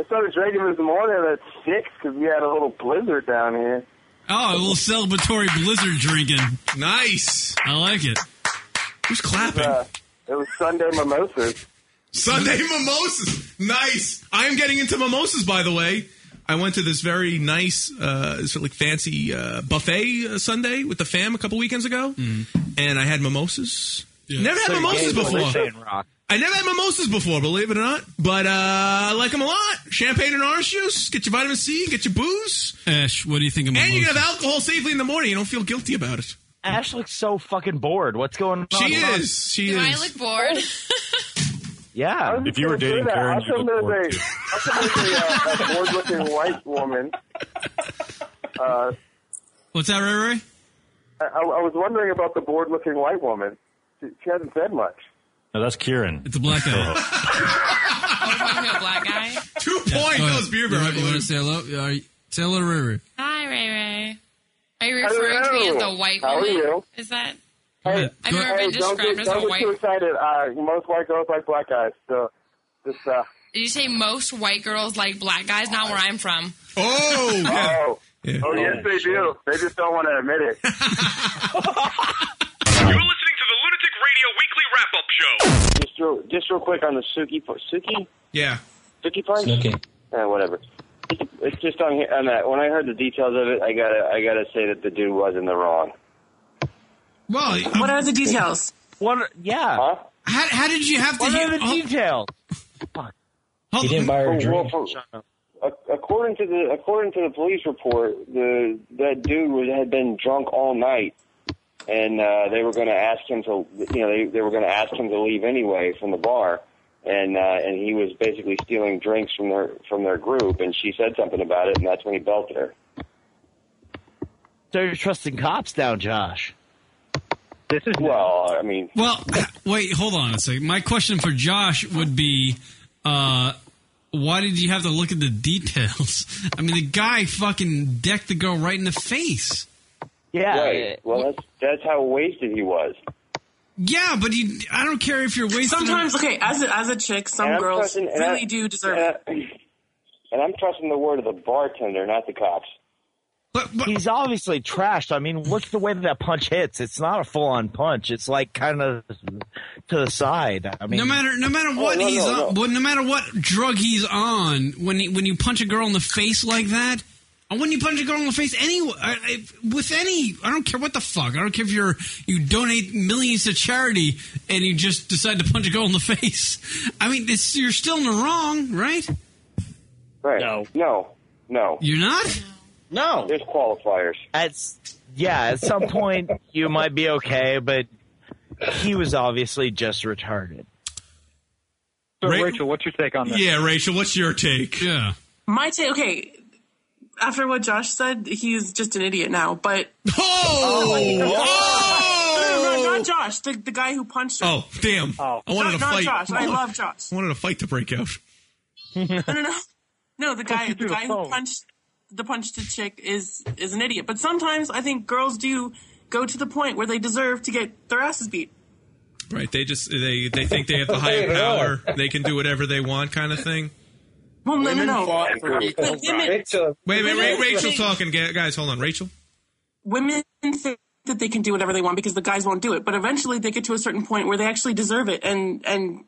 I started drinking this morning at six because we had a little blizzard down here.
Oh, a little celebratory blizzard drinking.
Nice.
I like it.
Who's clapping?
Uh, it was Sunday mimosas.
Sunday mimosas. Nice. I am getting into mimosas, by the way. I went to this very
Mm-hmm.
nice, uh, sort of like fancy uh, buffet uh, Sunday with the fam a couple weekends ago, and I had mimosas. Never had
So you're
mimosas
gay, but we're
before.
saying rock.
I never had mimosas before, believe it or not. But uh, I like them a lot. Champagne and orange juice. Get your vitamin C. Get your booze.
Ash, what do you think of
And you can have
mimosas?
alcohol safely in the morning. You don't feel guilty about it.
Ash looks so fucking bored. What's going on?
She is. She
Do
is.
I look bored?
Yeah.
If you were dating Karen, you would
There's a, how come there's a, a bored-looking white woman. Uh,
What's that, Ray Ray?
I, I I was wondering about the bored-looking white woman. She, she hasn't said much.
No, that's Kieran. It's a
black
guy.
I'm a black guy.
Two
Yeah,
points.
go ahead.
That was Bieber,
You,
I
want- you want to
believe.
say hello? Are you- say hello to Ray Ray.
Hi, Ray Ray. Are you referring to me as
Hello.
the white
How are
woman?
you?
Is that?
Hey,
I've never
hey,
been
don't
described
get,
as
don't
a
get too
white.
excited. Uh, most white girls like black guys, so just uh,
Did you say most white girls like black guys? Not where I'm from.
Oh,
oh, oh, yes, they do. They just don't want to admit
You're
it.
listening to the Lunatic Radio Weekly Wrap Up Show.
Just real, just real quick on the Suki, Suki,
Yeah.
Suki part.
Snooki.
Yeah, Eh, whatever. It's just on here- on that. When I heard the details of it, I gotta I gotta say that the dude was in the wrong.
Well,
what
um,
are the details?
What? are- Yeah.
How, how did you have
to hear the detail?
He didn't buy her a drink.
Ac- According to the according to the police report, the that dude was, had been drunk all night, and uh, they were going to ask him to you know they, they were going to ask him to leave anyway from the bar, and uh, and he was basically stealing drinks from their from their group, and she said something about it, and that's when he belted her.
So you're trusting cops now, Josh.
This is well, I mean,
Well, wait, hold on a second. My question for Josh would be, uh, why did you have to look at the details? I mean, the guy fucking decked the girl right in the face.
Yeah.
right. Well, that's that's how wasted he was.
Yeah, but you, I don't care if you're wasted.
Sometimes, okay, as a, as a chick, some
And I'm
girls
trusting- and
really
I-
do deserve
and
it.
I- And I'm trusting the word of the bartender, not the cops.
He's obviously trashed. I mean, look at the way that, that punch hits. It's not a full on punch. It's like kind of to the side. I mean,
no matter no matter what he's on, well, no matter what drug he's on, when he, when you punch a girl in the face like that, and when you punch a girl in the face any I, I, with any, I don't care what the fuck. I don't care if you're you donate millions to charity and you just decide to punch a girl in the face. I mean, it's, you're still in the wrong, right?
Right. No. No. No.
You're not.
No.
There's qualifiers.
at s- yeah, at some point you might be okay, but he was obviously just retarded.
So, Rachel, what's your take on this?
Yeah, Rachel, what's your take?
Yeah.
My take, okay, after what Josh said, he's just an idiot now, but.
Oh!
No, no, no, not Josh, the, the guy who punched her.
Oh, damn. I wanted
Not-
to
not
fight.
Josh. I love Josh.
I wanted a fight to break out.
no, no, no, no. The guy, the
through the
guy who
phone.
punched the punched the chick is is an idiot. But sometimes I think girls do go to the point where they deserve to get their asses beat.
Right. They just they they think they have the higher power. They can do whatever they want, kind of thing.
Well, no, no,
Women
no.
fought for equal
women-
rights.
Wait, wait, wait.
Women
Rachel's
think-
talking, Ga- guys. Hold on, Rachel.
Women think that they can do whatever they want because the guys won't do it. But eventually, they get to a certain point where they actually deserve it, and and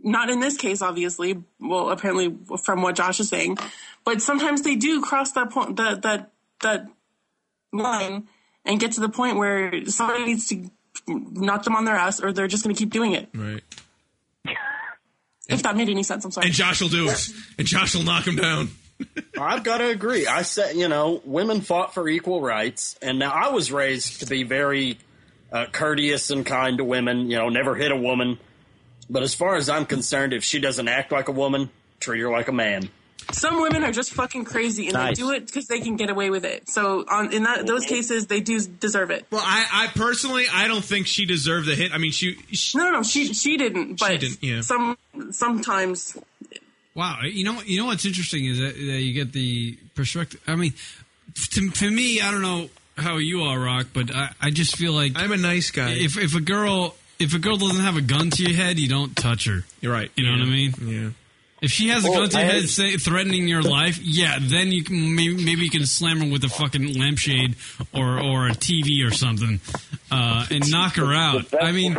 not in this case, obviously. Well, apparently, from what Josh is saying, but sometimes they do cross that point, that that that line, and get to the point where somebody needs to knock them on their ass, or they're just going to keep doing it.
Right.
If that made any sense, I'm sorry.
And Josh will do it. And Josh will knock him down.
I've got to agree. I said, you know, women fought for equal rights, and now I was raised to be very uh, courteous and kind to women. You know, never hit a woman. But as far as I'm concerned, if she doesn't act like a woman, treat her like a man.
Some women are just fucking crazy, and
Nice.
they do it because they can get away with it. So, on, in that those cases, they do deserve it.
Well, I, I personally, I don't think she deserved the hit. I mean, she, she
no, no, no, she she didn't. But
didn't, yeah.
some sometimes
Wow, you know, you know what's interesting is that, that you get the perspective. I mean, to, to me, I don't know how you are, Rock, but I, I just feel like
I'm a nice guy.
If if a girl if a girl doesn't have a gun to your head, you don't touch her.
You're right.
You know what I mean?
Yeah.
If she has a
Well,
gun to your
I-
head, say, threatening your life, yeah, then you can maybe, maybe you can slam her with a fucking lampshade or or a TV or something, uh, and knock her out. I mean,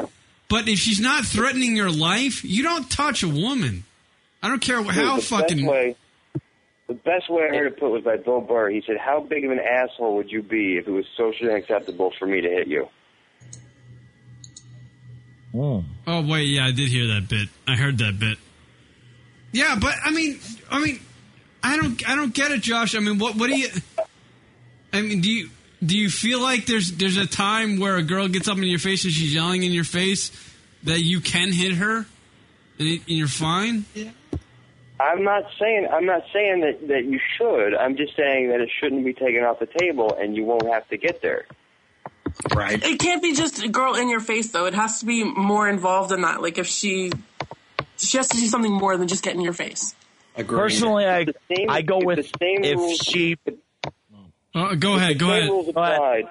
but if she's not threatening your life, you don't touch a woman. I don't care
Dude,
how
the
fucking.
Best way, the best way I heard it put was by Bill Burr. He said, "How big of an asshole would you be if it was socially unacceptable for me to hit you?"
Oh wait, yeah, I did hear that bit. I heard that bit.
Yeah, but I mean, I mean, I don't, I don't get it, Josh. I mean, what, what do you? I mean, do you do you feel like there's there's a time where a girl gets up in your face and she's yelling in your face that you can hit her, and, it, and you're fine? Yeah.
I'm not saying I'm not saying that, that you should. I'm just saying that it shouldn't be taken off the table, and you won't have to get there.
Right.
It can't be just a girl in your face though. It has to be more involved than that. Like if she she has to do something more than just get in your face.
Personally, I I go with if she.
Uh, go ahead.
Go ahead. Rules applied,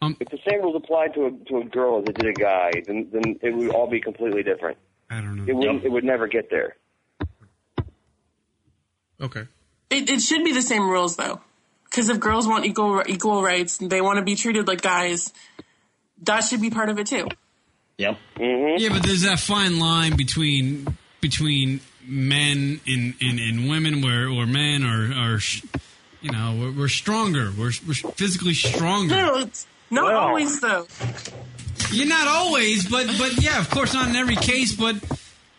Um,
if the same rules applied to a to a girl as it did a guy, then then it would all be completely different.
I don't know.
It would it would never get there.
Okay.
It, it should be the same rules though, because if girls want equal equal rights and they want to be treated like guys, that should be part of it too.
Yep.
Yeah, but there's that fine line between between men and, and, and women where or men are are sh- you know we're, we're stronger. We're, we're physically stronger.
No, it's not
Well.
always though.
You're not always, but but yeah, of course, not in every case, but.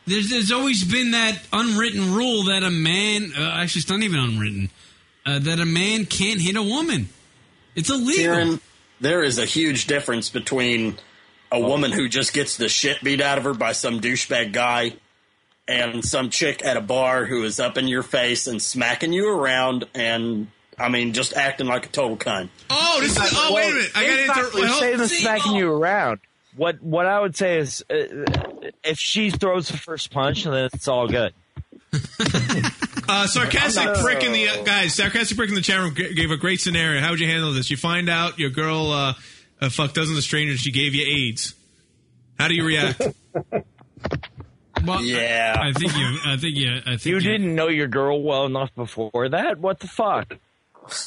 There's, there's always been that unwritten rule that a man, uh, actually, it's not even unwritten, uh, that a man can't hit a woman. It's illegal.
Kieran, there is a huge difference between
Oh.
a woman who just gets the shit beat out of her by some douchebag guy and some chick at a bar who is up in your face and smacking you around and, I mean, just acting like a total cunt.
Oh, this is. Oh, wait a minute. I got
Exactly.
to interrupt.
Say the smacking you around. What what I would say is, uh, if she throws the first punch, then it's all good.
Uh, sarcastic
I'm not-
prick in the uh, guys. Sarcastic prick in the chat room g- gave a great scenario. How would you handle this? You find out your girl uh, uh, fucked dozens of strangers. She gave you AIDS. How do you react?
Well,
yeah,
I, I think you. I think you. I think
you didn't know your girl well enough before that. What the fuck?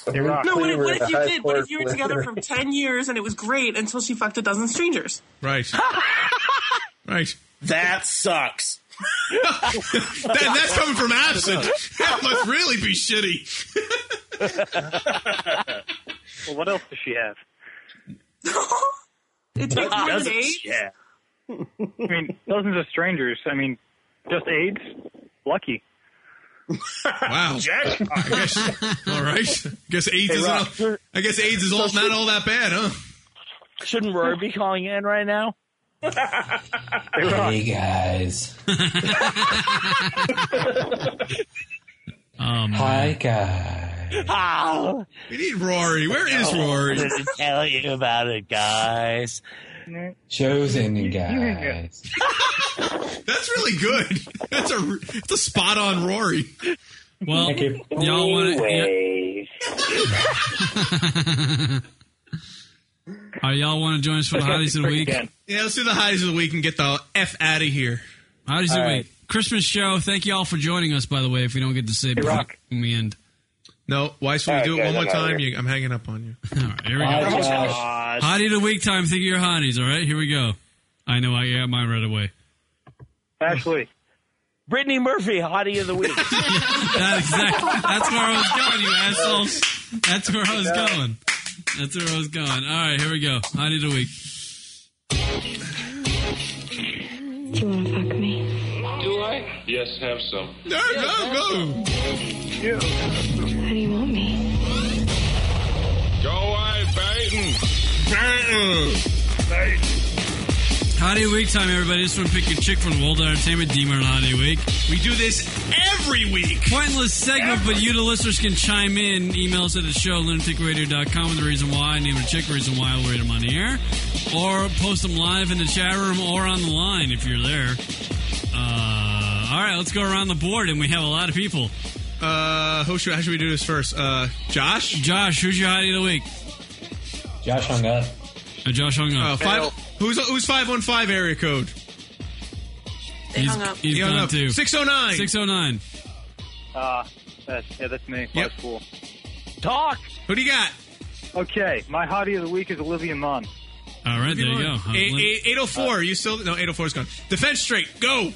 No, what if, what if you did? What if you were together for ten years and it was great until she fucked a dozen strangers?
Right. right.
That sucks.
That- that's coming from absent. That must really be shitty.
Well, what else does she have?
It
takes more than
Doesn't
AIDS.
she
Yeah.
I mean, dozens of strangers. I mean, just AIDS. Lucky.
Wow.
Jack.
I guess, all right. I guess AIDS
Hey,
is
Rock,
all, I guess AIDS is all, not all that bad, huh?
Shouldn't Rory be calling in right now?
Hey guys.
Um,
Hi guys.
Oh,
we need Rory. Where is Rory?
I wanted to tell you about it, guys.
Show's ending, guys.
That's really good. That's a that's a spot on Rory.
Well, Thank you. y'all wanna- All right, y'all want to join us for the hotties of the week?
Yeah, let's do the hotties of the week and get the f out of here.
Hotties of the
All
week, Christmas show. Thank you all for joining us. By the way, if we don't get to say before we end,
no, why should we
All right,
do it
guys,
one more
I'm outta
time?
here.
You, I'm hanging up on you.
All right, here we
Oh,
go.
Bye, Josh.
Hottie of the week time. Think of your hotties. All right, here we go. I know I got mine right away.
Ashley.
Brittany Murphy, hottie of the week.
That exact, that's where I was going, you assholes. That's where I was going. That's where I was going. All right, here we go. Hottie of the week.
Do you want to fuck me?
Do I? Yes, have some.
No, no, no.
How do you want me?
Go away, Baden.
Hottie of the week time, everybody. This one pick your chick from the World Entertainment Demon on Hottie of the Week.
We do this every week.
Pointless segment, but you, the listeners, can chime in. Email us at the show, lunaticradio.com, with the reason why, name of the chick, reason why, we'll read them on the air. Or post them live in the chat room or on the line if you're there. Uh, all right, let's go around the board, and we have a lot of people.
Uh, who should, how should we do this first? Uh, Josh?
Josh, who's your hottie of the week?
Josh hung up.
Josh hung
Uh,
up.
five, who's who's five one five area code?
They He's- hung up. he's gone too.
Six oh nine.
609.
Uh, that's, yeah, that's me. Yep. School.
Talk.
Who do you got?
Okay, my hottie of the week is Olivia Munn.
All right, there you go. uh,
Eight- eight- 804. Are you still? No, 804 is gone. Defense straight. Go.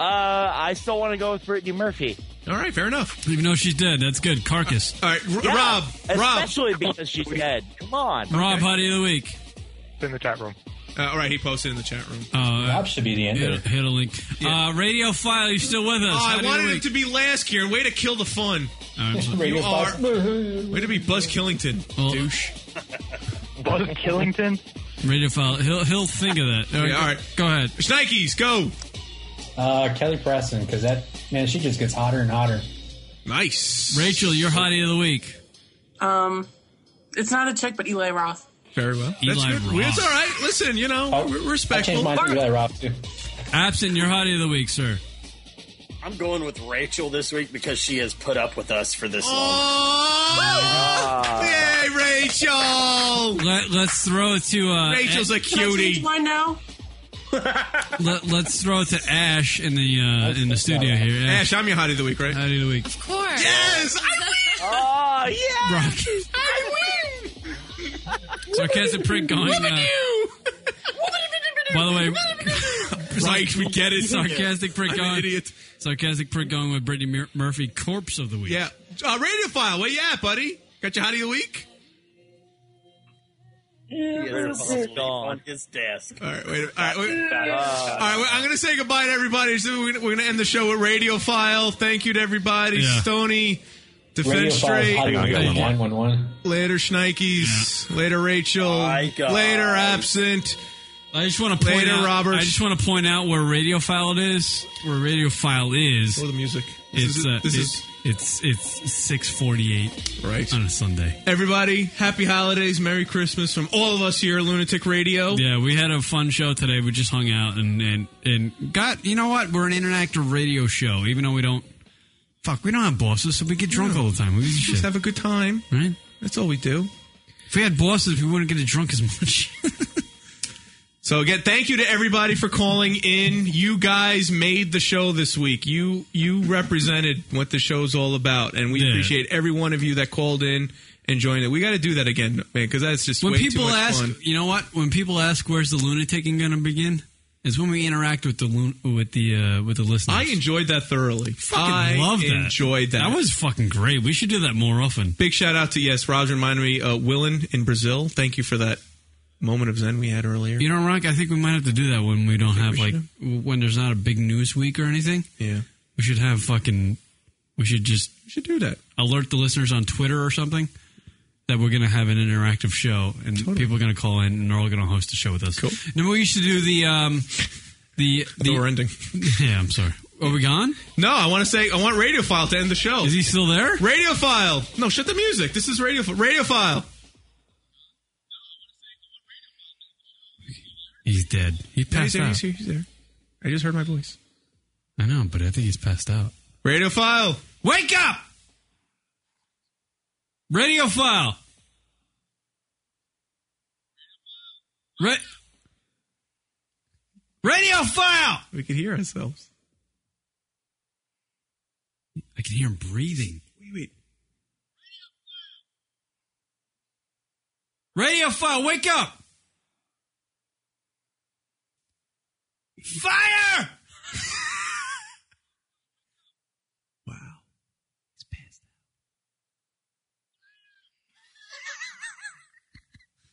Uh, I still want to go with Brittany Murphy.
All right, fair enough.
Even though she's dead, that's good. Carcass.
All right,
Yeah, especially because she's dead. Come on,
Rob, hottie of the week.
in the chat room.
Uh, all right, he posted in the chat room.
Rob
should be the end.
Uh, Hit, hit a link. Uh, Radio File, you still with us?
Oh,
How
I
do you
wanted
link?
it to be last, Kieran. Way to kill the fun.
I'm sorry.
you
Radio
are. Way to be Buzz Killington,
Oh.
douche.
Buzz Killington?
Radio File. He'll he'll think of that.
Okay, all right.
Go ahead.
Nikes, go.
Uh, Kelly Preston, because that man, she just gets hotter and hotter.
Nice.
Rachel, your hottie of the week.
Um, it's not a chick, but Eli Roth.
Very well. That's
Eli
good.
Roth.
It's all right. Listen, you know, we're respectful.
I changed mine to Eli Roth too.
Absent, your hottie of the week, sir.
I'm going with Rachel this week because she has put up with us for this
Oh,
Oh. long. Hey, Rachel!
Let, let's throw it to uh,
Rachel's a
Can I change mine now?
Let, let's throw it to Ash in the uh, in the studio here.
Ash, I'm your hottie of the week, right?
Hottie of the week.
Of course.
Yes,
Oh yeah.
Rock.
I win.
Sarcastic prank going. Uh, by the way,
Right, we get it.
Sarcastic prick
I'm an
going.
idiot.
Sarcastic prick going with Brittany Mur- Murphy. Corpse of the week.
Yeah. Uh, Radio File, where you at, buddy? Got your hottie of the week?
He has asleep on his desk.
All right, wait. a- All right, wait.
Uh,
All right, well, I'm going to say goodbye to everybody. So we're going to end the show with Radio File. Thank you to everybody.
Yeah.
Stony,
Radio
Defense
Files,
Straight.
Hottie of the Week, one, one, one.
Later, Schneikes. Later, Rachel. Later, Absent.
I just want to point
Later,
out,
Robert.
I just want to point out where Radio File it is. Where Radio File is.
Or the music. This
It's
is-
uh,
this
it-
is-
it's it's six forty eight
right
on a Sunday.
Everybody, happy holidays. Merry Christmas from all of us here at Lunatic Radio.
Yeah, we had a fun show today. We just hung out and and and got you know what? We're an interactive radio show, even though we don't. Fuck, we don't have bosses, so we get drunk all the time. We just
Just have a good time.
Right?
That's all we do.
If we had bosses, we wouldn't get as drunk as much.
So again, thank you to everybody for calling in. You guys made the show this week. You you represented what the show's all about, and we
Yeah.
appreciate every one of you that called in and joined it. We got to do that again, man, because that's just
when
way too
people
much
ask,
fun.
you know what? When people ask, "Where's the lunaticing going to begin?" is when we interact with the lun- with the uh, with the listeners.
I enjoyed that thoroughly.
fucking
I
love that.
Enjoyed that.
That was fucking great. We should do that more often.
Big shout out to yes, Roger reminded me, uh, Willen in Brazil. Thank you for that moment of zen we had earlier.
You know, Rock. I think we might have to do that when we don't have
we
like when there's not a big news week or anything.
Yeah,
we should have fucking. We should just we
should do that.
Alert the listeners on Twitter or something that we're going to have an interactive show and people are going to call in and they're all going to host a show with us. Cool. Remember we used to do the um the the
we're ending.
Yeah, I'm sorry. Are we gone?
No, I want to say I want Radiophile to end the show. Is
he still there?
Radiophile. No, shut the music. This is Radio Radiophile.
He's dead. He
No, he's
passed
there,
out.
he's here, he's there. I just heard my voice.
I know, but I think he's passed out.
Radiophile, wake up!
Radiophile. Ra- Radiophile.
We can hear ourselves.
I can hear him breathing.
Wait, wait.
Radiophile, wake up.
Fire!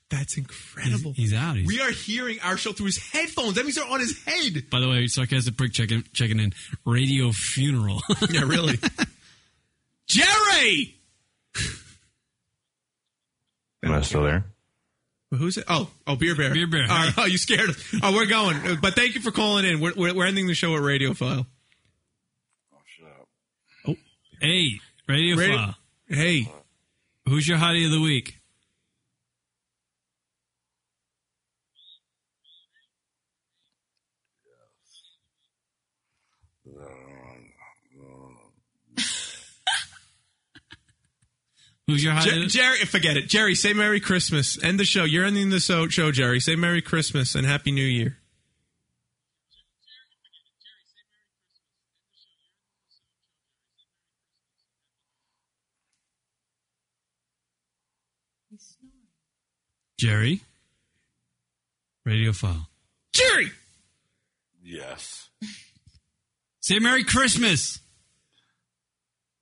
That's incredible.
He's out. He's
We are hearing our show through his headphones. That means they're on his head.
By the way, sarcastic prick checking checking in. Radio funeral.
yeah, really. Jerry!
Am I still there?
Well, Who's it? Oh, oh, Beer Bear. Beer
Bear.
All right. Oh, you scared us. Oh, we're going. But thank you for calling in. We're, we're, we're ending the show at Radiophile.
Hey, radio,
Radio-
file.
Hey,
who's your hottie of the week? Who's your hottie? of
Jer-
the-
Jerry, forget it. Jerry, say Merry Christmas. End the show. You're ending the so- show, Jerry. Say Merry Christmas and Happy New Year.
Jerry. Radio file.
Jerry.
Yes.
Say Merry Christmas.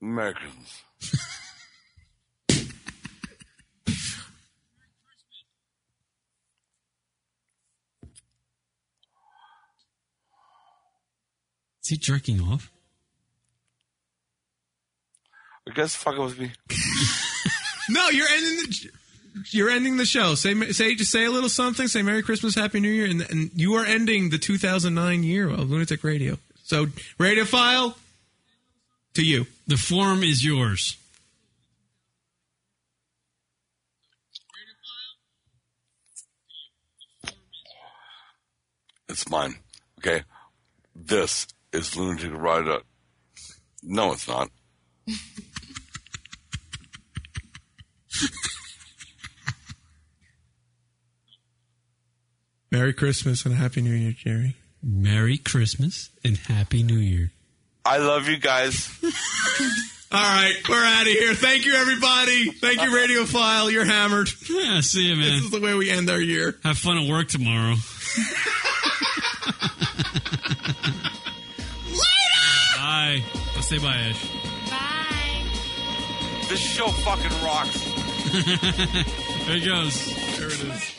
Americans.
Is he jerking off?
I guess fuck it was me.
No, you're ending the you're ending the show. Say say just say a little something. Say Merry Christmas, Happy New Year, and, and you are ending the 2009 year of Lunatic Radio. So Radiophile, to you.
The form is yours.
It's mine. Okay. This is Lunatic Radio. No, it's not.
Merry Christmas and Happy New Year, Jerry.
Merry Christmas and Happy New Year.
I love you guys.
All right, we're out of here. Thank you, everybody. Thank you, Radiophile. You're hammered.
Yeah, see you, man.
This is the way we end our year.
Have fun at work tomorrow. Bye. Let's say bye, Ash.
This show fucking rocks.
there he goes.
There it is.